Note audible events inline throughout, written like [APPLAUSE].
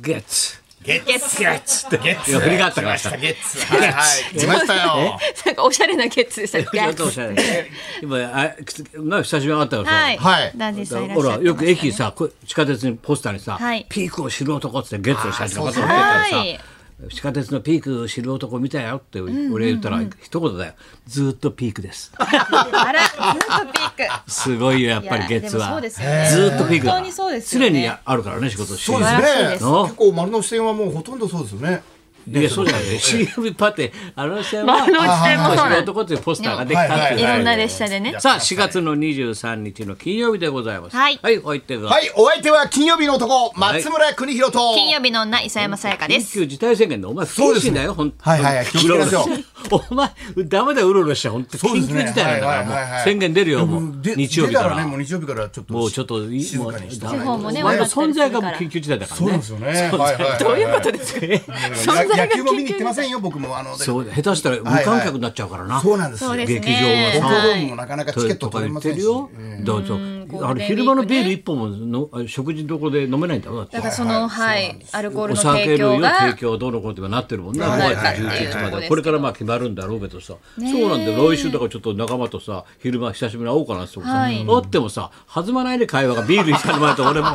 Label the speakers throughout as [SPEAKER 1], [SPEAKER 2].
[SPEAKER 1] ゲッツ
[SPEAKER 2] ゲッツ
[SPEAKER 1] ゲッツって
[SPEAKER 2] ゲッツ
[SPEAKER 1] いや振り返ったから
[SPEAKER 2] 来ま
[SPEAKER 1] さ
[SPEAKER 2] したゲッツはいはい来ましたよ
[SPEAKER 3] なんかおしゃれなゲッツでしたっ
[SPEAKER 1] [LAUGHS]
[SPEAKER 3] け。
[SPEAKER 1] ちょっとおしゃれ今あ靴なんか久しぶりに会ったからさ、
[SPEAKER 3] はい。
[SPEAKER 2] はい
[SPEAKER 3] ダンディさんいらっ
[SPEAKER 1] ほ
[SPEAKER 3] しゃっ
[SPEAKER 1] ら
[SPEAKER 3] てましたね
[SPEAKER 1] よく駅。さこ地下鉄にポスターにさ、
[SPEAKER 3] はい
[SPEAKER 1] ピークを知る男っつってゲッツをしたりとかと思ってたらさ、
[SPEAKER 3] はい。
[SPEAKER 1] 地下鉄のピークを知る男見たよって俺言ったら一言だよ、ずーっとピークです
[SPEAKER 3] あら、ずっと
[SPEAKER 1] [LAUGHS]
[SPEAKER 3] ピーク。や
[SPEAKER 1] すごいよやっぱり月は
[SPEAKER 3] そうですよね。
[SPEAKER 1] ずーっとピークだか
[SPEAKER 3] 本当
[SPEAKER 1] ら
[SPEAKER 3] にそうですよね。
[SPEAKER 1] 常にあるからね仕事
[SPEAKER 2] そうです
[SPEAKER 3] 素晴らしい
[SPEAKER 2] ね
[SPEAKER 3] です
[SPEAKER 2] 結構丸の内線はもうほとんどそうですよね
[SPEAKER 1] いやそうじゃない CM パテあの線は
[SPEAKER 3] まああの視点
[SPEAKER 1] ピー
[SPEAKER 3] も
[SPEAKER 1] クを
[SPEAKER 3] そ
[SPEAKER 1] 知
[SPEAKER 3] う
[SPEAKER 1] る
[SPEAKER 3] なんで
[SPEAKER 1] 男っていうポスターができたって
[SPEAKER 2] はい
[SPEAKER 1] いう
[SPEAKER 3] す。いろんな列車でね。
[SPEAKER 1] [LAUGHS] さあ4月の23日の金曜日でございます
[SPEAKER 3] はい
[SPEAKER 1] はいおいてくださ
[SPEAKER 2] はいいお相手は金曜日の男松村邦弘と
[SPEAKER 3] 金曜日の女、磯山さやかで
[SPEAKER 1] 緊
[SPEAKER 3] す。
[SPEAKER 1] 急事態宣言でお前不謹慎だよ本当に
[SPEAKER 2] はいはいはい気をつけましょう
[SPEAKER 1] うろうろ [LAUGHS] してお前ダメだようろうろしちゃ本当
[SPEAKER 2] そ
[SPEAKER 1] 緊
[SPEAKER 2] うで
[SPEAKER 1] 急
[SPEAKER 2] す
[SPEAKER 1] 事
[SPEAKER 2] ね
[SPEAKER 1] 態なんだからも
[SPEAKER 2] はいはいは
[SPEAKER 1] う
[SPEAKER 2] い
[SPEAKER 1] 宣言出るよもう
[SPEAKER 2] で
[SPEAKER 1] 日曜日か
[SPEAKER 2] 出た
[SPEAKER 1] ら
[SPEAKER 2] ねもう日曜日からちょっと
[SPEAKER 1] もうちょっといい
[SPEAKER 2] 静かにして
[SPEAKER 1] もう
[SPEAKER 3] 地方もね
[SPEAKER 1] お前の
[SPEAKER 3] 悪かった
[SPEAKER 1] 存
[SPEAKER 3] りする
[SPEAKER 1] 在
[SPEAKER 3] から
[SPEAKER 1] がもう緊急事態だから
[SPEAKER 2] そうなん
[SPEAKER 1] ね
[SPEAKER 2] ですよねはいはいはいどういうことですか野球も見に行ってませんよ僕もあの
[SPEAKER 1] そう下手したら無観客になっちゃうからな
[SPEAKER 2] そうなんですよ
[SPEAKER 3] そうです
[SPEAKER 1] 劇場
[SPEAKER 3] ね。
[SPEAKER 2] 東京
[SPEAKER 1] は
[SPEAKER 2] ド
[SPEAKER 1] さ
[SPEAKER 2] ームもなかなかチケット
[SPEAKER 1] とか
[SPEAKER 2] 取れ
[SPEAKER 1] 言
[SPEAKER 2] ま
[SPEAKER 1] っ
[SPEAKER 2] せ
[SPEAKER 1] て
[SPEAKER 2] ん
[SPEAKER 1] る
[SPEAKER 2] し
[SPEAKER 1] よ
[SPEAKER 2] え
[SPEAKER 1] だからそうあの昼間のビール一本ものあ食事どころで飲めないんだろうだっ
[SPEAKER 3] だか
[SPEAKER 1] て
[SPEAKER 3] らその、はい、アルコール
[SPEAKER 1] お
[SPEAKER 3] の
[SPEAKER 1] 酒
[SPEAKER 3] 提
[SPEAKER 1] 類
[SPEAKER 3] 供
[SPEAKER 1] の提
[SPEAKER 3] が。
[SPEAKER 1] 供どうのこうのってなってるもんね
[SPEAKER 3] はい
[SPEAKER 1] 5
[SPEAKER 3] はい
[SPEAKER 1] 月
[SPEAKER 3] はい
[SPEAKER 1] 19日ま
[SPEAKER 3] はいは
[SPEAKER 1] で
[SPEAKER 3] い
[SPEAKER 1] これからまあ決まるんだろうけどさそうなんだよ来週だからちょっと仲間とさ昼間久しぶりに会おうかなってさ
[SPEAKER 3] はい
[SPEAKER 1] 会ってもさ弾まないで会話がビール一杯前と
[SPEAKER 2] [LAUGHS]
[SPEAKER 1] 俺も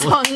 [SPEAKER 3] そんなこと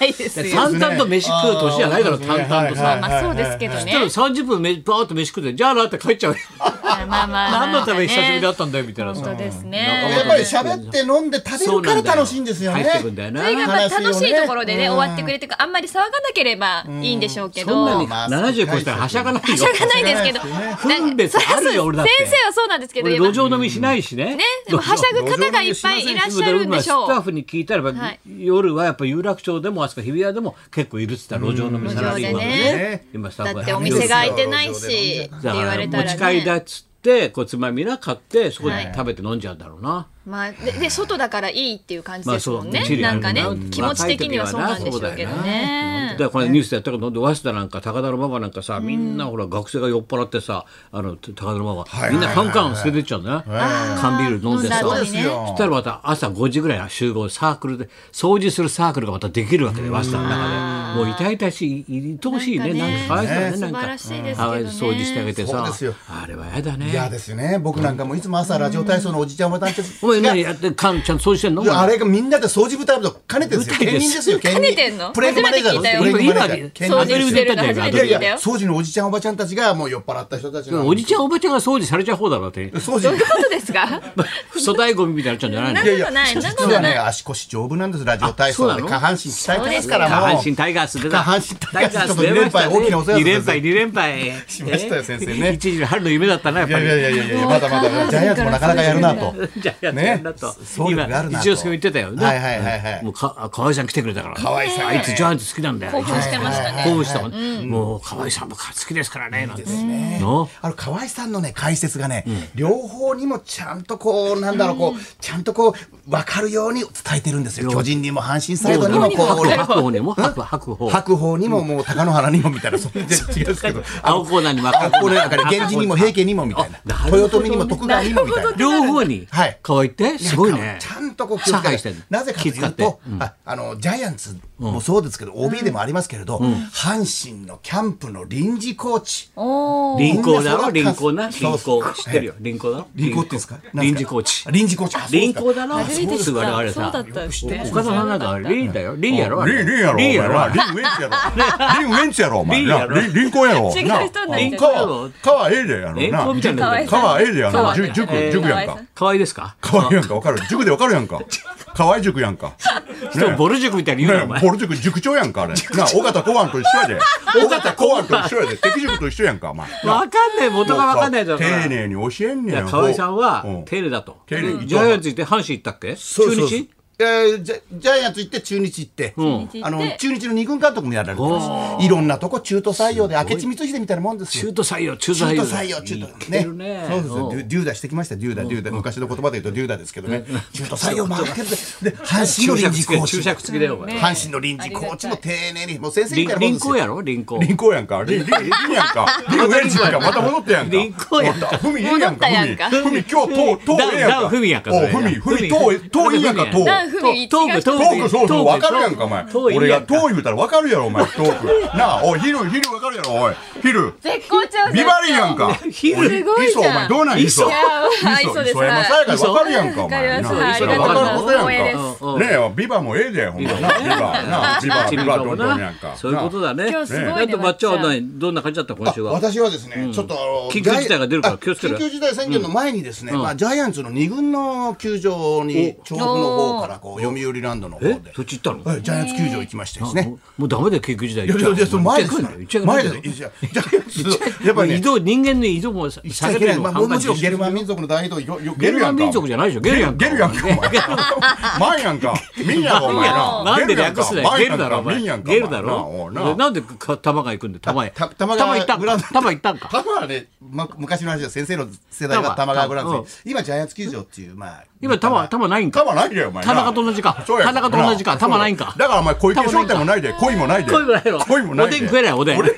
[SPEAKER 3] ないですよ。
[SPEAKER 1] 淡々と飯食う年じゃないだろ
[SPEAKER 2] あー
[SPEAKER 1] 淡々と
[SPEAKER 2] はいはい
[SPEAKER 1] さ。
[SPEAKER 3] まあ、そうですけどね
[SPEAKER 1] でも。30分めバーッと飯食ってじゃあなって帰っちゃうよ
[SPEAKER 3] まあ、まあ、まあ。
[SPEAKER 1] 何のために久しぶりだ
[SPEAKER 3] だ。
[SPEAKER 1] ったんだよみたいなさ
[SPEAKER 3] 本当です
[SPEAKER 1] う
[SPEAKER 3] ね。
[SPEAKER 1] ん
[SPEAKER 2] やっぱり喋って飲んで
[SPEAKER 1] そ
[SPEAKER 2] 食
[SPEAKER 1] う
[SPEAKER 2] べ
[SPEAKER 1] な
[SPEAKER 2] る
[SPEAKER 1] んだ
[SPEAKER 2] から楽しいんですよね
[SPEAKER 1] 入ってくんだよな
[SPEAKER 3] それがま
[SPEAKER 2] 話
[SPEAKER 3] あ
[SPEAKER 2] をね
[SPEAKER 3] 楽しいところでね、終わってくれてか、あんまり騒がなければいいんでしょうけど。
[SPEAKER 1] そんなに
[SPEAKER 2] まあ
[SPEAKER 1] 70超したらはしゃがないよ
[SPEAKER 3] しょうがないですけど。
[SPEAKER 2] しょうがないです
[SPEAKER 3] なんか
[SPEAKER 1] 分別あるよ俺だって
[SPEAKER 3] 先生はそうなんですけど、
[SPEAKER 1] 俺
[SPEAKER 3] やっぱ
[SPEAKER 1] 路上飲みしないしね
[SPEAKER 3] ね、でもはしゃぐ方がいっぱいいらっしゃるんでし
[SPEAKER 1] ス
[SPEAKER 3] ょ
[SPEAKER 1] タッ
[SPEAKER 3] う。
[SPEAKER 1] フに聞いたらば、
[SPEAKER 3] はい
[SPEAKER 1] 夜はやっぱ有楽町でもあそこ日比谷でも結構いるっつったら路上飲みサラリーマンでね,、
[SPEAKER 2] うん路上でね
[SPEAKER 1] 今スタッフ
[SPEAKER 3] だ
[SPEAKER 1] が
[SPEAKER 3] ってお店が開いてない
[SPEAKER 2] 路上で飲んじゃ
[SPEAKER 3] し、
[SPEAKER 2] う
[SPEAKER 3] って
[SPEAKER 1] だ
[SPEAKER 3] 言
[SPEAKER 1] か
[SPEAKER 3] わ
[SPEAKER 1] ら
[SPEAKER 3] れた
[SPEAKER 1] 持
[SPEAKER 3] ら
[SPEAKER 1] ち帰りだ
[SPEAKER 3] ね。
[SPEAKER 1] っつってこうつまみな買ってそこ
[SPEAKER 3] は
[SPEAKER 1] で
[SPEAKER 3] い
[SPEAKER 1] 食べて飲んじゃうんだろうな、
[SPEAKER 3] まあ、でで外だからいいっていう感じですもんね
[SPEAKER 1] 一。理あ
[SPEAKER 3] な
[SPEAKER 1] る
[SPEAKER 3] んかね
[SPEAKER 1] う、
[SPEAKER 3] 気持ち的にはそうなんでしょうけど
[SPEAKER 1] 若い時はな
[SPEAKER 3] ね
[SPEAKER 1] だ。からこのニュースでやったけど、早稲田なんか高田馬場なんかさ、みんなほら学生が酔っ払ってさ、あの高田馬場、みんなカンカン捨ててっちゃうんだね。缶ビール飲んでさ。
[SPEAKER 3] 飲んだ
[SPEAKER 2] そう
[SPEAKER 3] 後に
[SPEAKER 2] で
[SPEAKER 3] ね
[SPEAKER 1] そ
[SPEAKER 2] すよ
[SPEAKER 1] したらまた朝5時ぐらい集合サークルで掃除するサークルがまたできるわけで早稲田の中でもう痛々しい愛おしいねなんかかわいそうだねなんか
[SPEAKER 3] 素晴らしいですけ
[SPEAKER 1] あ
[SPEAKER 3] どね
[SPEAKER 1] 掃除してあげて
[SPEAKER 2] そう
[SPEAKER 1] さ
[SPEAKER 2] ですよ
[SPEAKER 1] あれはやだ
[SPEAKER 2] 嫌
[SPEAKER 1] ね
[SPEAKER 2] ですね僕なんかもいつも朝ラジオ体操のおじちゃんおばたんち
[SPEAKER 1] お前何やってかんちゃん掃除してんの
[SPEAKER 2] あれがみんなで掃除部隊と兼ねてるんです
[SPEAKER 1] 舞
[SPEAKER 2] よ
[SPEAKER 1] 台
[SPEAKER 2] 兼
[SPEAKER 1] です
[SPEAKER 2] 任ですよ兼
[SPEAKER 3] 兼
[SPEAKER 2] 任
[SPEAKER 3] ねてんの
[SPEAKER 2] プレイングマネージャー
[SPEAKER 3] 初めて聞いたよ
[SPEAKER 2] プレイングマネージャー
[SPEAKER 1] 今
[SPEAKER 2] 兼任
[SPEAKER 3] 掃除してるの初めて
[SPEAKER 2] い
[SPEAKER 3] 聞
[SPEAKER 2] や
[SPEAKER 3] い
[SPEAKER 2] い
[SPEAKER 3] た
[SPEAKER 2] や
[SPEAKER 3] よ。
[SPEAKER 2] 掃除のおじちゃんおばちゃんたちがもう酔っ払った人たちの
[SPEAKER 1] おじちゃんおばちゃんが掃除されちゃう方だろうって
[SPEAKER 3] [LAUGHS]
[SPEAKER 2] 掃
[SPEAKER 3] ど
[SPEAKER 2] 除
[SPEAKER 3] ういうことですか [LAUGHS]
[SPEAKER 1] クソ大ゴミみたいになっちゃうんじゃないの
[SPEAKER 3] いやいやそんなことないそんなこと
[SPEAKER 2] 実は
[SPEAKER 3] ない
[SPEAKER 2] ね足腰丈夫なんですラジオ体
[SPEAKER 1] そう
[SPEAKER 2] 操
[SPEAKER 1] な
[SPEAKER 2] で
[SPEAKER 1] の
[SPEAKER 2] 下半身鍛えてます
[SPEAKER 1] 下
[SPEAKER 2] からもう
[SPEAKER 1] 半身タイガースで
[SPEAKER 2] 下半身タイガースちょっと二連敗大きなお世話
[SPEAKER 1] 2
[SPEAKER 2] で
[SPEAKER 1] 連
[SPEAKER 2] す
[SPEAKER 1] 敗2連敗
[SPEAKER 2] [LAUGHS] しましたよ先生ね
[SPEAKER 1] 一時の春の夢だったなやっ
[SPEAKER 2] い
[SPEAKER 1] ぱ
[SPEAKER 2] や
[SPEAKER 1] り
[SPEAKER 2] いやいやいやいやまだまだジャイアンツもなかなかやるなと
[SPEAKER 1] [LAUGHS] じゃあやってやんなと、
[SPEAKER 2] ねそういうのがある
[SPEAKER 1] 今
[SPEAKER 2] な
[SPEAKER 1] 一
[SPEAKER 2] と
[SPEAKER 1] 之輔も言ってたよね、
[SPEAKER 2] はいはいはいはい
[SPEAKER 1] もうかあ河合さん来てくれたから
[SPEAKER 2] 河合さん
[SPEAKER 1] あいつジャイアンツ好きなんだよ
[SPEAKER 3] 興奮してましたね
[SPEAKER 1] 興奮したもん、もう河合さんも好きですからねなんて
[SPEAKER 2] ね
[SPEAKER 1] の
[SPEAKER 2] あの河合さんのね解説がね、両方にもちゃんとこうなんだろうこうちゃんとこう分かるように伝えてるんですよ巨人にも阪神サイドにもこ
[SPEAKER 1] 白
[SPEAKER 2] う
[SPEAKER 1] 鵬にも白白鵬
[SPEAKER 2] 白鵬にももう貴乃花にもみ [LAUGHS] たいなそういう違うんですけど
[SPEAKER 1] 青コーナーにも
[SPEAKER 2] あこれなんかね源氏にも平家にもみたいな
[SPEAKER 1] なるほど
[SPEAKER 2] 豊臣にも徳川にもみたいな
[SPEAKER 1] 両方に
[SPEAKER 2] はい
[SPEAKER 1] 河合ってすごいね
[SPEAKER 2] ちゃんとこう気
[SPEAKER 1] 差
[SPEAKER 2] をつけ
[SPEAKER 1] 配しててんの
[SPEAKER 2] なぜかという
[SPEAKER 1] 気遣っ
[SPEAKER 2] と、ああのジャイアンツもそうですけど、OB でもありますけれど、阪神のキャンプの臨時コーチ
[SPEAKER 3] おー
[SPEAKER 1] 輪行だろ輪行な
[SPEAKER 2] そ
[SPEAKER 1] 輪
[SPEAKER 2] うそう
[SPEAKER 1] 行知ってるよ輪行だろ
[SPEAKER 2] 臨行っていうんですか
[SPEAKER 1] 臨時コーチ
[SPEAKER 2] 臨時コーチあそうです
[SPEAKER 1] 輪
[SPEAKER 2] か
[SPEAKER 1] 行だろ
[SPEAKER 3] 初めて知った
[SPEAKER 1] すぐ我々
[SPEAKER 3] そうだ
[SPEAKER 1] さ
[SPEAKER 3] ったんですね
[SPEAKER 1] 岡田さんなんかリンだよリンやろあ
[SPEAKER 2] リ
[SPEAKER 1] れ
[SPEAKER 2] ン、リンやろ。
[SPEAKER 1] リンやろあれ
[SPEAKER 2] リンウェンツやろ。リンウェンツやろ、お前。
[SPEAKER 1] リンやろ
[SPEAKER 2] なリン、リンコやろ。
[SPEAKER 3] 違う人に
[SPEAKER 2] な
[SPEAKER 3] なっちゃった
[SPEAKER 1] リンコやろ
[SPEAKER 2] 川、川 A でやろ。
[SPEAKER 1] リンコみたいな
[SPEAKER 3] かわいそう
[SPEAKER 2] 川 A でや
[SPEAKER 3] 川
[SPEAKER 2] ろ。
[SPEAKER 3] A
[SPEAKER 2] 塾、塾
[SPEAKER 1] えー
[SPEAKER 2] 塾やん
[SPEAKER 3] 川
[SPEAKER 2] か
[SPEAKER 3] A。
[SPEAKER 1] 可愛いですか
[SPEAKER 2] 川 A やんか、わかる。塾でわかるやんか。川 A 塾やん
[SPEAKER 1] [LAUGHS]
[SPEAKER 2] か。
[SPEAKER 1] 人をボル塾みたいに言うなお
[SPEAKER 2] ね
[SPEAKER 1] 前
[SPEAKER 2] ボル塾塾長やんか、あれ。な、尾形公安と一緒や
[SPEAKER 1] [LAUGHS]
[SPEAKER 2] で。尾形公安と一緒やで。敵塾と一緒やんか、お前。
[SPEAKER 1] わかんない元がわかんないだろ
[SPEAKER 2] 丁
[SPEAKER 1] うから
[SPEAKER 2] 寧に教えんね
[SPEAKER 1] いや
[SPEAKER 2] ん。
[SPEAKER 1] 河合さんは
[SPEAKER 2] うん
[SPEAKER 1] 丁寧だと
[SPEAKER 2] 丁寧に
[SPEAKER 1] ジャイアンツ行って阪神行ったっけ中日
[SPEAKER 2] えージャジャイアンツ行って中日行って、
[SPEAKER 3] 日行って
[SPEAKER 2] あの中日の二軍監督もやられてますしいろんなとこ中途採用で明智光秀みたいなもんですよ
[SPEAKER 1] 中途採用中途
[SPEAKER 2] 中
[SPEAKER 1] 採
[SPEAKER 2] 途
[SPEAKER 1] 用
[SPEAKER 2] 採用中
[SPEAKER 1] い
[SPEAKER 2] 途
[SPEAKER 1] け
[SPEAKER 2] ね
[SPEAKER 1] るね
[SPEAKER 2] そうですよ
[SPEAKER 1] ん
[SPEAKER 2] デュデューダしてきましたよデューダデューダ昔の言葉で言うとデューダですけどね中途採用もあるけどで阪神
[SPEAKER 1] 注
[SPEAKER 2] の臨
[SPEAKER 1] 釈
[SPEAKER 2] 時
[SPEAKER 1] つ
[SPEAKER 2] コ
[SPEAKER 1] け
[SPEAKER 2] ー
[SPEAKER 1] 注
[SPEAKER 2] チ
[SPEAKER 1] 釈つけだよお前
[SPEAKER 2] 阪神の臨時コーチも丁寧にもう先生みたいなもん
[SPEAKER 1] 輪
[SPEAKER 2] です
[SPEAKER 1] 行
[SPEAKER 2] よ
[SPEAKER 1] やろ輪行
[SPEAKER 2] 臨行やんか臨臨臨やんか臨ウェンジやんかまた戻ってやんか
[SPEAKER 1] 臨行やんか
[SPEAKER 2] またふみええやんか
[SPEAKER 3] 戻ったやんか
[SPEAKER 2] ふみふみ今日とうとうええやん
[SPEAKER 1] ダウダ
[SPEAKER 2] か
[SPEAKER 1] ウふみやんか
[SPEAKER 2] お
[SPEAKER 1] それ
[SPEAKER 2] ふみふみとう
[SPEAKER 1] ふみ
[SPEAKER 2] とうええやんかとう
[SPEAKER 3] ダウな風味違う人
[SPEAKER 1] トークト
[SPEAKER 2] トーク、そうそう、
[SPEAKER 1] トー
[SPEAKER 2] わ
[SPEAKER 1] ク
[SPEAKER 2] かるやんか、お前。
[SPEAKER 1] トーク
[SPEAKER 2] 俺
[SPEAKER 1] いいや
[SPEAKER 2] が、
[SPEAKER 1] ん
[SPEAKER 2] ト
[SPEAKER 1] か
[SPEAKER 2] ー言うたらわかるやろ、お
[SPEAKER 1] [LAUGHS]
[SPEAKER 2] 前、トーク。なあ、おい、昼、昼わかるやろ、おい。昼。
[SPEAKER 3] 絶好調
[SPEAKER 2] ビバリーやんか。
[SPEAKER 1] 昼
[SPEAKER 2] お
[SPEAKER 3] すごいじ
[SPEAKER 2] 磯、
[SPEAKER 3] ゃん
[SPEAKER 2] お前、どうなん磯。
[SPEAKER 1] 磯
[SPEAKER 3] いやはい
[SPEAKER 2] 磯
[SPEAKER 3] そうです
[SPEAKER 2] 磯山さやかでわかるやんか、お前。
[SPEAKER 3] はいわ
[SPEAKER 2] な
[SPEAKER 3] かりま
[SPEAKER 2] あ
[SPEAKER 3] す
[SPEAKER 2] 磯
[SPEAKER 1] はい
[SPEAKER 2] 山わかることや
[SPEAKER 3] ありがとうござい
[SPEAKER 2] ん
[SPEAKER 3] ま
[SPEAKER 2] か。
[SPEAKER 3] す
[SPEAKER 1] うんうん
[SPEAKER 2] ねえ、ビバもええで、ほんまな、ビバ、なあ、ビバ、ビバ、どんどんやんか。
[SPEAKER 1] そういうことだね。
[SPEAKER 3] 今日すごいね
[SPEAKER 1] だって抹茶は
[SPEAKER 3] 抹
[SPEAKER 1] 何どんな感じだった今週は。
[SPEAKER 2] 私はですね、ちょっとあの
[SPEAKER 1] 緊急事態が出るから気をつけろ
[SPEAKER 2] 緊急事態宣言の前にですね、
[SPEAKER 1] ん
[SPEAKER 2] まあジャイアンツの二軍の球場に調布の方からこう読売ランドの方で
[SPEAKER 1] え、そっち行ったの？
[SPEAKER 2] はいジャイアンツ球場行きましてで
[SPEAKER 1] も
[SPEAKER 2] すね
[SPEAKER 1] う。もうダメだよ緊急事態。
[SPEAKER 2] いやいやいやその前ですから
[SPEAKER 1] 行っちゃいけない
[SPEAKER 2] 前
[SPEAKER 1] ん
[SPEAKER 2] で
[SPEAKER 1] だよ
[SPEAKER 2] すよいやジャイアンツやっぱりね
[SPEAKER 1] 移動人間の移動も下
[SPEAKER 2] しちゃい
[SPEAKER 1] げ
[SPEAKER 2] けな
[SPEAKER 1] るの
[SPEAKER 2] いまあ
[SPEAKER 1] も
[SPEAKER 2] もちろんゲルマン民族の代表よよゲルや
[SPEAKER 1] ゲルマ
[SPEAKER 2] んか
[SPEAKER 1] ン民族じゃないでしょゲルやんか
[SPEAKER 2] ゲルやんかお
[SPEAKER 1] [LAUGHS]
[SPEAKER 2] 前マンやんかミンやんかお前な
[SPEAKER 1] なんで略すねゲルだろお前
[SPEAKER 2] ミンやんか
[SPEAKER 1] ゲルだ
[SPEAKER 2] お
[SPEAKER 1] ろ
[SPEAKER 2] 前なあお
[SPEAKER 1] で
[SPEAKER 2] うな
[SPEAKER 1] なんでか玉が行くんで玉へ
[SPEAKER 2] た
[SPEAKER 1] 玉
[SPEAKER 2] 玉
[SPEAKER 1] 行
[SPEAKER 2] 川
[SPEAKER 1] ったん
[SPEAKER 2] グラ
[SPEAKER 1] か
[SPEAKER 2] ンド
[SPEAKER 1] 玉行ったんか
[SPEAKER 2] 多分あれ、ま、昔の話だ先生の世代は玉川グラン
[SPEAKER 1] 玉う
[SPEAKER 2] ド
[SPEAKER 1] ん
[SPEAKER 2] 今ジャイアンツ球場っていうまあ
[SPEAKER 1] 今玉玉ないんか
[SPEAKER 2] 玉ないでよお前な
[SPEAKER 1] 田中と同じか
[SPEAKER 2] そうや
[SPEAKER 1] 田中と同じか玉ないんか
[SPEAKER 2] だからお前小池商店もないで恋もないで
[SPEAKER 1] 恋もないの
[SPEAKER 2] 恋もないで
[SPEAKER 1] おでん食えないおでん
[SPEAKER 2] おで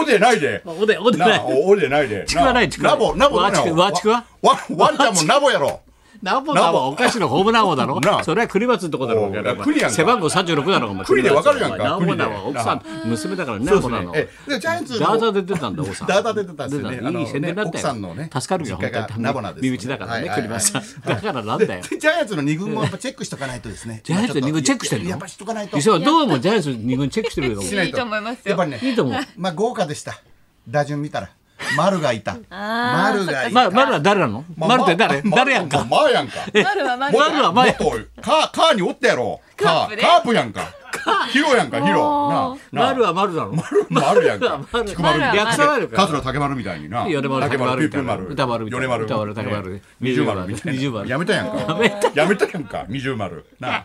[SPEAKER 2] おでないで
[SPEAKER 1] おでんおでんな
[SPEAKER 2] ないおでないで
[SPEAKER 1] ちくわないちくわな
[SPEAKER 2] ないぼなぼ
[SPEAKER 1] わちくわちくわ
[SPEAKER 2] わワンちゃんもなぼやろ
[SPEAKER 1] ナボナボお菓子のホームラン王だろ
[SPEAKER 2] なあ
[SPEAKER 1] それは栗松のとこだろうから
[SPEAKER 2] おう栗やんか
[SPEAKER 1] 背番号36だろお前
[SPEAKER 2] 栗でわかるやんか
[SPEAKER 1] ナボ
[SPEAKER 2] 栗で
[SPEAKER 1] ナボ奥さん娘だからね
[SPEAKER 2] そうで
[SPEAKER 1] こ
[SPEAKER 2] す
[SPEAKER 1] んな
[SPEAKER 2] ね
[SPEAKER 1] の
[SPEAKER 2] えでジャイアンツの
[SPEAKER 1] ダーダーで出たんだ王さん
[SPEAKER 2] ダーダーで出たんですよね
[SPEAKER 1] 出
[SPEAKER 2] あの
[SPEAKER 1] いい宣伝だったよ
[SPEAKER 2] ね奥さんのね
[SPEAKER 1] 助かるよ
[SPEAKER 2] 実家が
[SPEAKER 1] 本当に
[SPEAKER 2] ナボナです
[SPEAKER 1] 身内だからね
[SPEAKER 2] はいはい
[SPEAKER 1] 栗松さんだからなんだよ
[SPEAKER 2] でジャイアンツの二軍もやっぱチェックしとかないとですね。
[SPEAKER 1] ジャイアンツの二軍チェックしてるの
[SPEAKER 2] やっぱしとかないと。
[SPEAKER 1] 磯はどうもジャイアンツ2軍チェックしてるけど
[SPEAKER 3] しないと思いますよ
[SPEAKER 2] やっぱりね、
[SPEAKER 1] いいと思う
[SPEAKER 2] まあ豪華でした。打順見たら。丸がいた。丸がい
[SPEAKER 1] ま
[SPEAKER 2] た。
[SPEAKER 1] 丸は誰なの丸って誰
[SPEAKER 2] ま
[SPEAKER 1] 誰やんか
[SPEAKER 2] まあやんか。
[SPEAKER 3] 丸は丸
[SPEAKER 1] 丸は前
[SPEAKER 2] もっとカー、カーにおったやろ。カ
[SPEAKER 3] カープ
[SPEAKER 2] ー、
[SPEAKER 3] ね
[SPEAKER 2] カープやんか。ヒロやんか、ヒロ。なあ、なあ
[SPEAKER 1] 丸。は丸なの
[SPEAKER 2] 丸やんか。
[SPEAKER 1] [LAUGHS] 丸
[SPEAKER 2] 菊丸
[SPEAKER 3] 丸
[SPEAKER 1] 逆さがあるから
[SPEAKER 2] 桂竹丸みたいにな。
[SPEAKER 1] 米丸
[SPEAKER 2] 竹丸、ピ
[SPEAKER 1] み
[SPEAKER 2] ュ
[SPEAKER 1] た
[SPEAKER 2] ー
[SPEAKER 1] いな
[SPEAKER 2] 丸。
[SPEAKER 1] 歌丸みたいな
[SPEAKER 2] 米丸。
[SPEAKER 1] 歌丸竹丸
[SPEAKER 2] ね二重丸みたいな。
[SPEAKER 1] 二重丸
[SPEAKER 2] やめたやんか。やめたやんか、二重丸。なあ。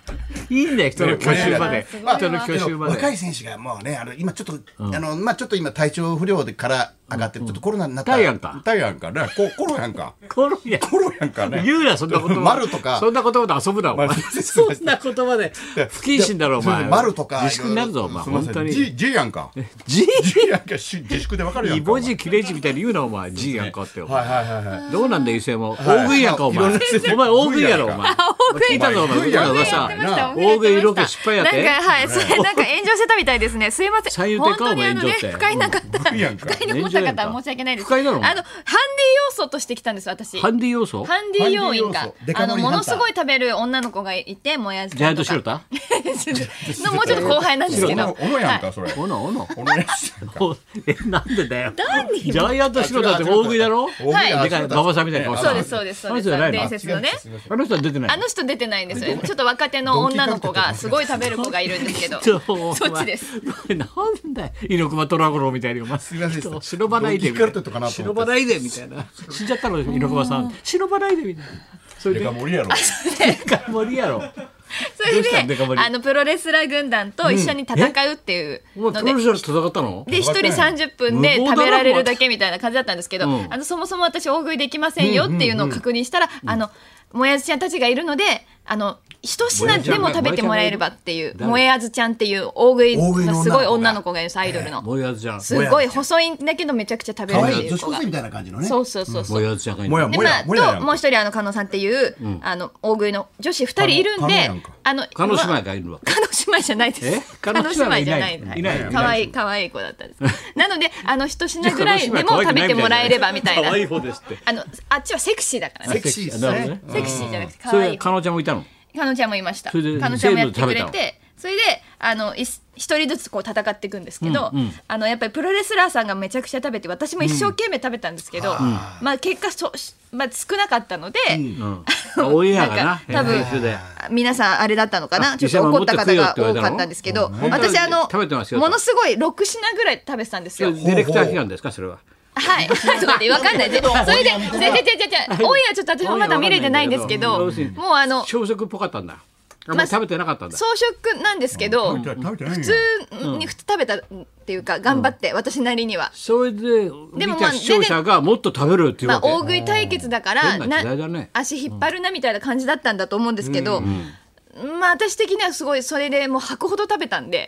[SPEAKER 1] いいんだよ人の去就まで
[SPEAKER 3] すごいな
[SPEAKER 1] 人の去
[SPEAKER 2] けど
[SPEAKER 1] 就ま
[SPEAKER 2] 若
[SPEAKER 1] で
[SPEAKER 2] い選手がもうね、あの今ちょっと、あのまあちょっと今体調不良でから上がってる、ちょっとコロナになった。
[SPEAKER 1] タイやんか
[SPEAKER 2] タイやんか、ね、ココロやんか、
[SPEAKER 1] コロや
[SPEAKER 2] コロやんかね。
[SPEAKER 1] 言うなそんなこと
[SPEAKER 2] 丸とか
[SPEAKER 1] そんな言葉で遊ぶなお前
[SPEAKER 2] まあ
[SPEAKER 1] そんな言葉で不謹慎だろお
[SPEAKER 2] そうそ
[SPEAKER 1] 前
[SPEAKER 2] う丸とか
[SPEAKER 1] 自粛になるぞお前
[SPEAKER 2] すいませ
[SPEAKER 1] 本
[SPEAKER 2] ん
[SPEAKER 1] 当に
[SPEAKER 2] G, G やんか
[SPEAKER 1] G
[SPEAKER 2] G やんかし自粛でわかるやんか
[SPEAKER 1] イボジ切れ字みたいに言うなお前 G やんかってお前
[SPEAKER 2] はいはいはいはい
[SPEAKER 1] どうなんだよ伊勢も大食いやんかお前お
[SPEAKER 2] いろんな先生
[SPEAKER 1] 前大食いやろお前聞いたぞお前
[SPEAKER 2] 大食いやんか
[SPEAKER 1] 噂
[SPEAKER 3] やってました
[SPEAKER 2] な
[SPEAKER 3] おめでとうござい
[SPEAKER 1] 大
[SPEAKER 3] ました
[SPEAKER 1] 食いロケ失敗やって
[SPEAKER 3] なんかはいそれなんか炎上してたみたいですねすいま
[SPEAKER 1] 三
[SPEAKER 3] せん
[SPEAKER 1] 遊亭
[SPEAKER 3] 本
[SPEAKER 1] か
[SPEAKER 3] 当にあの
[SPEAKER 1] お前炎上
[SPEAKER 3] ね
[SPEAKER 1] って
[SPEAKER 3] 不快な方不
[SPEAKER 2] いやんか
[SPEAKER 3] 快に思った方は申し訳ないです
[SPEAKER 1] 不快なの
[SPEAKER 3] あのハンディ要素としてきたんです私
[SPEAKER 1] ハンディ要素
[SPEAKER 3] ハンディ要員
[SPEAKER 2] ハン
[SPEAKER 3] が
[SPEAKER 2] ディ要素デカ
[SPEAKER 3] あ
[SPEAKER 2] 盛
[SPEAKER 3] の
[SPEAKER 2] りハン
[SPEAKER 3] も
[SPEAKER 2] ター
[SPEAKER 3] のすごい食べる女の子がいてもやし
[SPEAKER 1] ジャイアント
[SPEAKER 3] と
[SPEAKER 1] シ
[SPEAKER 3] か
[SPEAKER 1] ロタ
[SPEAKER 3] の [LAUGHS] もうちょっと後輩なんですけど
[SPEAKER 2] おのやんかそれ
[SPEAKER 1] おのおの
[SPEAKER 2] おのや
[SPEAKER 1] [LAUGHS]
[SPEAKER 2] しやんか
[SPEAKER 1] おえなんでだよジャイアントシロタって大食いだろ
[SPEAKER 3] はい
[SPEAKER 1] でかい馬場さんみたいな顔して
[SPEAKER 3] そうですそうですそうです
[SPEAKER 1] あの人じゃないの
[SPEAKER 3] 伝説のね
[SPEAKER 1] あの人は出てない
[SPEAKER 3] あの人出てないんですよちょっと若手の女の子がすごい食べる子がいるんですけど
[SPEAKER 1] ちょお前
[SPEAKER 3] そっちです
[SPEAKER 1] なんだよ猪熊虎五郎みたいにお前す
[SPEAKER 2] いません
[SPEAKER 1] 忍ばないでみた
[SPEAKER 2] ドンキホーテと
[SPEAKER 1] い
[SPEAKER 2] か
[SPEAKER 1] な
[SPEAKER 2] なと
[SPEAKER 1] 忍
[SPEAKER 2] 思って
[SPEAKER 1] ばないでみたいな死んじゃったの猪熊さん忍ばないでみたいなそれ
[SPEAKER 2] デ
[SPEAKER 1] で
[SPEAKER 2] カ盛りやろ
[SPEAKER 1] [LAUGHS] か盛りやろ
[SPEAKER 3] それ
[SPEAKER 1] どうしたんデ
[SPEAKER 3] で
[SPEAKER 1] カ盛り
[SPEAKER 3] あのプロレスラー軍団と一緒に戦うっていう
[SPEAKER 1] お
[SPEAKER 3] の
[SPEAKER 1] 前
[SPEAKER 3] で、
[SPEAKER 1] プロレスラーと戦ったの
[SPEAKER 3] で1人30分で食べられるだけみたいな感じだったんですけど、
[SPEAKER 1] うん
[SPEAKER 3] あのそもそも私大食いできませんよっていうのを確認したら、あのもやずちゃんたちがいるのであの一品でも食べてもらえればっていう
[SPEAKER 1] も
[SPEAKER 3] も
[SPEAKER 1] や
[SPEAKER 3] やずちゃんっていう大食い
[SPEAKER 2] 大食いの女の
[SPEAKER 3] の
[SPEAKER 2] 子
[SPEAKER 3] すごい女の子がいるんですアイドルの、
[SPEAKER 1] もやずちゃん
[SPEAKER 3] すごい細いんだけどめちゃくちゃ食べられるっていう子が、
[SPEAKER 2] みたいな感じの
[SPEAKER 3] そうそうそうそう
[SPEAKER 1] もやずちゃんがい
[SPEAKER 2] もや
[SPEAKER 3] で
[SPEAKER 2] も
[SPEAKER 3] まあ、
[SPEAKER 2] やもやや
[SPEAKER 3] と
[SPEAKER 2] ん
[SPEAKER 3] もう
[SPEAKER 2] か
[SPEAKER 3] 一人あの加納さんっていう、あの大食いの女子二人いるん
[SPEAKER 2] 加納
[SPEAKER 3] で
[SPEAKER 2] やんか
[SPEAKER 3] あの
[SPEAKER 1] カノ姉
[SPEAKER 3] まあ
[SPEAKER 1] 妹がいるわ
[SPEAKER 3] カノ姉妹じゃないです
[SPEAKER 1] え。
[SPEAKER 3] カノ姉妹じゃないい。
[SPEAKER 1] ないいない
[SPEAKER 3] 可愛い可愛い子だったん
[SPEAKER 1] [LAUGHS]
[SPEAKER 3] です。なのであの一品ぐらいでも食べてもらえればみたい
[SPEAKER 1] 可愛い
[SPEAKER 3] な。
[SPEAKER 1] 方ですって
[SPEAKER 3] あのあっちはセクシーだからね。
[SPEAKER 2] セクシーです
[SPEAKER 1] なるほど
[SPEAKER 2] ね
[SPEAKER 1] ね
[SPEAKER 3] セクシーじゃなくて可
[SPEAKER 1] そ
[SPEAKER 3] 愛
[SPEAKER 1] れ
[SPEAKER 3] い。
[SPEAKER 1] カノちゃんもいたの
[SPEAKER 3] カノちゃんもいました。
[SPEAKER 1] そ
[SPEAKER 3] カ
[SPEAKER 1] れで
[SPEAKER 3] ノちゃんもやってく
[SPEAKER 1] 全
[SPEAKER 3] れ
[SPEAKER 1] 部食べ
[SPEAKER 3] て。それであのい一人ずつこう戦っていくんですけど、あのやっぱりプロレスラーさんがめちゃくちゃ食べて私も一生懸命食べたんですけど、まあ結果そ、まあ、少なかったので、
[SPEAKER 1] あオンエアが
[SPEAKER 3] なん
[SPEAKER 1] な
[SPEAKER 3] か多分
[SPEAKER 1] 編集で
[SPEAKER 3] 皆さんあれだったのか
[SPEAKER 1] あ
[SPEAKER 3] なちょっと怒った方が多かったんですけど
[SPEAKER 1] 石山持って食えよって言われたの
[SPEAKER 3] 私あの
[SPEAKER 1] 食べてますよ
[SPEAKER 3] ものすごい6品ぐらい食べてたんです
[SPEAKER 1] デ
[SPEAKER 3] よ。
[SPEAKER 1] ィレクター批判ですかそれは
[SPEAKER 3] はい、 [LAUGHS] とかってわかんないで、それで、じゃじゃじゃじゃ、オンエアちょっと私もまだ見れてないんです
[SPEAKER 1] オ
[SPEAKER 3] け
[SPEAKER 1] ンエア
[SPEAKER 3] ど、
[SPEAKER 1] わかんないけど
[SPEAKER 3] もうあの
[SPEAKER 1] 朝食っぽかったんだあんまり食べてなかったんだ
[SPEAKER 3] 装飾なんですけど、普
[SPEAKER 2] 食べてないよ
[SPEAKER 3] 通に普通食べたっていうか頑張って私なりには、
[SPEAKER 1] それで
[SPEAKER 3] でも
[SPEAKER 1] 見
[SPEAKER 3] ま
[SPEAKER 1] た
[SPEAKER 3] あ
[SPEAKER 1] 視聴者がもっと食べるっていう
[SPEAKER 3] まあ
[SPEAKER 1] わけ
[SPEAKER 3] 大食い対決だか
[SPEAKER 1] 変
[SPEAKER 3] ら、
[SPEAKER 1] な時代だね
[SPEAKER 3] 足引っ張るなみたいな感じだったんだと思うんですけど、まあ私的にはすごいそれでもう箱ほど食べたんで。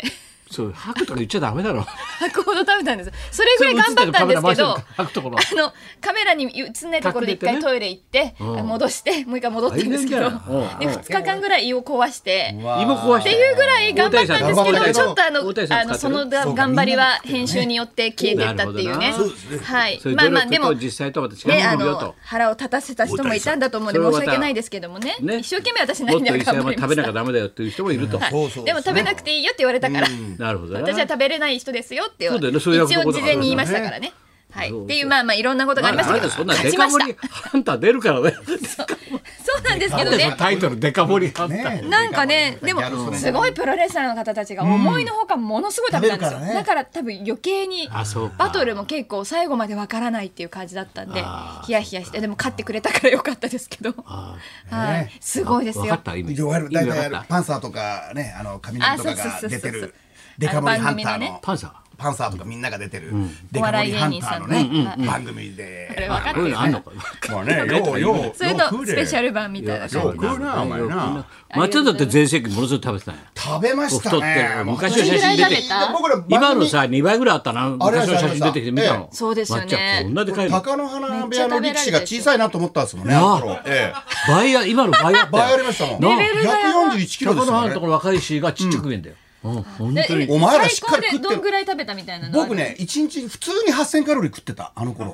[SPEAKER 1] そう吐くとか言っちゃダメだろ
[SPEAKER 3] 吐くほど食べたんです [LAUGHS] それぐらい頑張ったんですけど
[SPEAKER 1] 吐くところ
[SPEAKER 3] あのカメラに映んないところで一
[SPEAKER 1] 隠れ
[SPEAKER 3] 回
[SPEAKER 1] てね
[SPEAKER 3] トイレ行って
[SPEAKER 1] うん
[SPEAKER 3] 戻してもう一回 [LAUGHS] 戻ってんですけ
[SPEAKER 1] 大
[SPEAKER 3] ど
[SPEAKER 1] 変だようん
[SPEAKER 3] で2日間ぐらい胃を壊して
[SPEAKER 2] わ
[SPEAKER 1] 胃も壊し
[SPEAKER 3] っていうぐらい頑張ったんですけ
[SPEAKER 2] 大谷さ
[SPEAKER 3] ど
[SPEAKER 2] ん
[SPEAKER 3] ちょっとあ
[SPEAKER 1] 大
[SPEAKER 3] の
[SPEAKER 1] 谷さん
[SPEAKER 3] あの
[SPEAKER 1] 使
[SPEAKER 3] そ
[SPEAKER 1] ってる
[SPEAKER 3] の頑張りは編集によって消えてったっていうね
[SPEAKER 1] そう
[SPEAKER 2] ですね
[SPEAKER 3] はい
[SPEAKER 1] そういう
[SPEAKER 3] まあまあ
[SPEAKER 1] 努
[SPEAKER 3] で
[SPEAKER 1] 力と
[SPEAKER 3] も
[SPEAKER 1] 実際とはまた違
[SPEAKER 3] ね、あ
[SPEAKER 1] うもんよ
[SPEAKER 3] の
[SPEAKER 1] と。
[SPEAKER 3] 腹を立たせた人もいたんだと思うんで
[SPEAKER 1] それは
[SPEAKER 3] 申
[SPEAKER 1] ま
[SPEAKER 3] した訳ないですけどもね
[SPEAKER 1] ね
[SPEAKER 3] 一生懸命私な
[SPEAKER 1] もっ
[SPEAKER 3] りに
[SPEAKER 1] と
[SPEAKER 3] は
[SPEAKER 1] 伊勢
[SPEAKER 3] 頑張
[SPEAKER 1] 山
[SPEAKER 3] りま
[SPEAKER 1] 食べ
[SPEAKER 3] し
[SPEAKER 1] なき
[SPEAKER 3] た
[SPEAKER 1] ゃダメだよっていう人もいると。
[SPEAKER 2] そうそう
[SPEAKER 3] でも食べなくていいよって言われたから、
[SPEAKER 1] なるほどな。
[SPEAKER 3] 私は食べれない人ですよって
[SPEAKER 1] そうだよねそういう役
[SPEAKER 3] 一
[SPEAKER 1] どこ
[SPEAKER 3] 応
[SPEAKER 1] ろだから
[SPEAKER 3] 事
[SPEAKER 1] ね
[SPEAKER 3] 前に言いましたからね。はい、
[SPEAKER 1] そうそう
[SPEAKER 3] っていうまあまあいろんなことがありましたけど、
[SPEAKER 1] そんな
[SPEAKER 3] 勝
[SPEAKER 1] デ
[SPEAKER 3] ち
[SPEAKER 1] カ
[SPEAKER 3] まし
[SPEAKER 1] 盛
[SPEAKER 3] た
[SPEAKER 1] りハンター出るからね。
[SPEAKER 3] そうなんですけどね
[SPEAKER 1] タイトルデカ盛りハンター。
[SPEAKER 2] ねえ
[SPEAKER 3] なんかねでも
[SPEAKER 2] ギャル曽根
[SPEAKER 3] すごいプロレスラーの方たちが思いのほかものすごい食べたんですよ、
[SPEAKER 2] 食べるからね
[SPEAKER 3] だから多分余計に
[SPEAKER 1] あそうか
[SPEAKER 3] バトルも結構最後までわからないっていう感じだったんで
[SPEAKER 1] あー
[SPEAKER 3] ヒヤヒヤしてでも勝ってくれたからよかったですけど、
[SPEAKER 1] あ
[SPEAKER 2] ね
[SPEAKER 3] はい、すごいです
[SPEAKER 1] わか
[SPEAKER 3] よ
[SPEAKER 1] った
[SPEAKER 2] い
[SPEAKER 1] 今。
[SPEAKER 2] わゆる大体あ
[SPEAKER 1] 今
[SPEAKER 2] る
[SPEAKER 1] わかった
[SPEAKER 2] パンサーとかねあの雷とか
[SPEAKER 3] あ
[SPEAKER 2] が
[SPEAKER 3] そうそうそうそう
[SPEAKER 2] 出てるデカ盛りハンター
[SPEAKER 3] あの番組の
[SPEAKER 2] の
[SPEAKER 3] ね
[SPEAKER 1] パンサー。
[SPEAKER 2] パンサーとかみんなが出てるデカ盛りハンターの
[SPEAKER 3] お笑
[SPEAKER 2] ね
[SPEAKER 3] い芸人さん
[SPEAKER 2] 番組で
[SPEAKER 3] あれ分かって
[SPEAKER 1] こういう
[SPEAKER 3] る
[SPEAKER 1] のあんのか。
[SPEAKER 2] まあねようようよ
[SPEAKER 3] それの
[SPEAKER 2] う食
[SPEAKER 3] ス
[SPEAKER 2] え
[SPEAKER 3] ペシャル版みたい
[SPEAKER 2] よ
[SPEAKER 3] な
[SPEAKER 2] う食うなお前な
[SPEAKER 1] 松田だって全盛期ものすごい食べてたんや。
[SPEAKER 2] 食べました
[SPEAKER 1] 太って
[SPEAKER 2] ね
[SPEAKER 1] る昔の写真出てき
[SPEAKER 3] どれぐらい食べた
[SPEAKER 2] 僕ら番組
[SPEAKER 1] 今のさ2倍ぐらいあったな
[SPEAKER 2] あれ
[SPEAKER 1] 昔の写真出てきて見た
[SPEAKER 2] え
[SPEAKER 1] の
[SPEAKER 2] え
[SPEAKER 3] そうですよね
[SPEAKER 1] まっちゃんこんなでかいの
[SPEAKER 2] 高野花部屋の力士が小さいなと思ったんですもんね
[SPEAKER 1] めっちゃ
[SPEAKER 2] あ
[SPEAKER 1] 食べ
[SPEAKER 2] の
[SPEAKER 1] られ
[SPEAKER 2] 頃
[SPEAKER 1] て
[SPEAKER 2] ええ
[SPEAKER 1] 倍や今の倍あった
[SPEAKER 2] 倍あ
[SPEAKER 1] よ
[SPEAKER 2] りましたもん
[SPEAKER 1] なあレ
[SPEAKER 3] ベルがやばい
[SPEAKER 2] 141キロ
[SPEAKER 1] 高
[SPEAKER 2] です
[SPEAKER 1] 野
[SPEAKER 2] よ
[SPEAKER 1] 花のと
[SPEAKER 2] ね
[SPEAKER 1] ころ若いしがちっちゃく見えんだようん本当に
[SPEAKER 2] お前らしっかり食って
[SPEAKER 3] 最高でど
[SPEAKER 2] る
[SPEAKER 3] んぐらい食べたみたいなのある
[SPEAKER 2] 僕ね一日普通に8000カロリー食ってたあの頃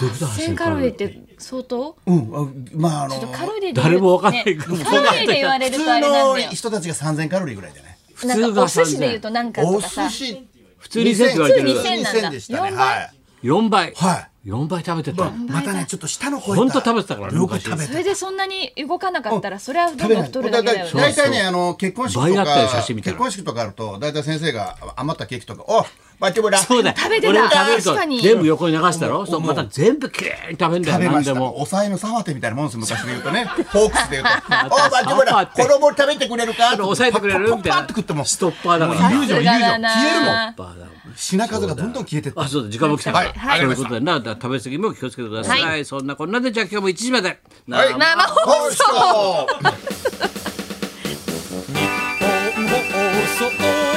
[SPEAKER 3] 1000カロリーって相当
[SPEAKER 2] うんあまああの
[SPEAKER 3] ちょっとカロ
[SPEAKER 2] 普
[SPEAKER 3] リーで言うと
[SPEAKER 1] 誰もわかんないけど
[SPEAKER 3] ねカロリーで言われると
[SPEAKER 2] 通
[SPEAKER 3] あれなん
[SPEAKER 2] の
[SPEAKER 3] だよ
[SPEAKER 2] 人たちが3000カロリーぐらいじゃない
[SPEAKER 1] 普
[SPEAKER 3] な
[SPEAKER 1] 通
[SPEAKER 3] んか
[SPEAKER 1] が
[SPEAKER 3] お寿司で言う
[SPEAKER 1] 3000
[SPEAKER 3] となんかと
[SPEAKER 2] お
[SPEAKER 3] かさ
[SPEAKER 2] 寿司
[SPEAKER 1] 普通に1000って言われてる
[SPEAKER 3] 普通に2000なんだ
[SPEAKER 2] でしたね
[SPEAKER 3] 四
[SPEAKER 2] はい
[SPEAKER 3] 倍
[SPEAKER 1] 4倍
[SPEAKER 2] は
[SPEAKER 1] 4倍食べてた
[SPEAKER 2] またねちょっと下の子
[SPEAKER 1] ほんと食べてたからね
[SPEAKER 2] よく食べ
[SPEAKER 1] 昔
[SPEAKER 3] そ
[SPEAKER 2] て
[SPEAKER 3] れでそんなに動かなかったらそれはど
[SPEAKER 2] 食
[SPEAKER 3] ん
[SPEAKER 2] べ
[SPEAKER 3] どん
[SPEAKER 2] ない
[SPEAKER 3] 太るだけだよ
[SPEAKER 2] だ
[SPEAKER 1] う
[SPEAKER 3] ね
[SPEAKER 2] いたいねあの結婚式と
[SPEAKER 1] 倍あったよ
[SPEAKER 2] か
[SPEAKER 1] 写真見たら
[SPEAKER 2] 結婚式とかあるとだいたい先生が余ったケーキとかおバチボラ
[SPEAKER 1] そうだよ
[SPEAKER 3] 食べてた
[SPEAKER 1] 俺も食べる
[SPEAKER 3] 確か
[SPEAKER 1] と
[SPEAKER 3] に
[SPEAKER 1] 全部横に流したろ
[SPEAKER 2] うん
[SPEAKER 1] そう
[SPEAKER 2] うん
[SPEAKER 1] また全部きれいに食べんだ
[SPEAKER 2] 食べ
[SPEAKER 1] よ
[SPEAKER 2] ま
[SPEAKER 1] 何
[SPEAKER 2] し
[SPEAKER 1] で
[SPEAKER 2] たお
[SPEAKER 1] も
[SPEAKER 2] 抑えの沢手みたいなもんです昔で言うとねホークスで言うと「お
[SPEAKER 1] た
[SPEAKER 2] おバチボ
[SPEAKER 1] 沢
[SPEAKER 2] ラ
[SPEAKER 1] 手
[SPEAKER 2] 子供食べてくれるか?」
[SPEAKER 1] 抑えてくれるみたい
[SPEAKER 2] パ
[SPEAKER 1] な
[SPEAKER 2] ッパッパッパッと食っても
[SPEAKER 1] ストッパーだから
[SPEAKER 2] もういるじゃんいるじゃん
[SPEAKER 3] さすがだな
[SPEAKER 2] 消えるも
[SPEAKER 1] バ
[SPEAKER 2] ん
[SPEAKER 1] ーだもん
[SPEAKER 2] 品数がどんどん消えてって
[SPEAKER 1] あ、そうだ、時間も来たから。
[SPEAKER 2] はいはい
[SPEAKER 1] ということでな、だから食べ過ぎも気をつけてください。
[SPEAKER 3] は
[SPEAKER 1] そんなこんなで、じゃあ今日も1時まで。な
[SPEAKER 2] はい
[SPEAKER 3] 生放送
[SPEAKER 2] よいしょ
[SPEAKER 4] 放送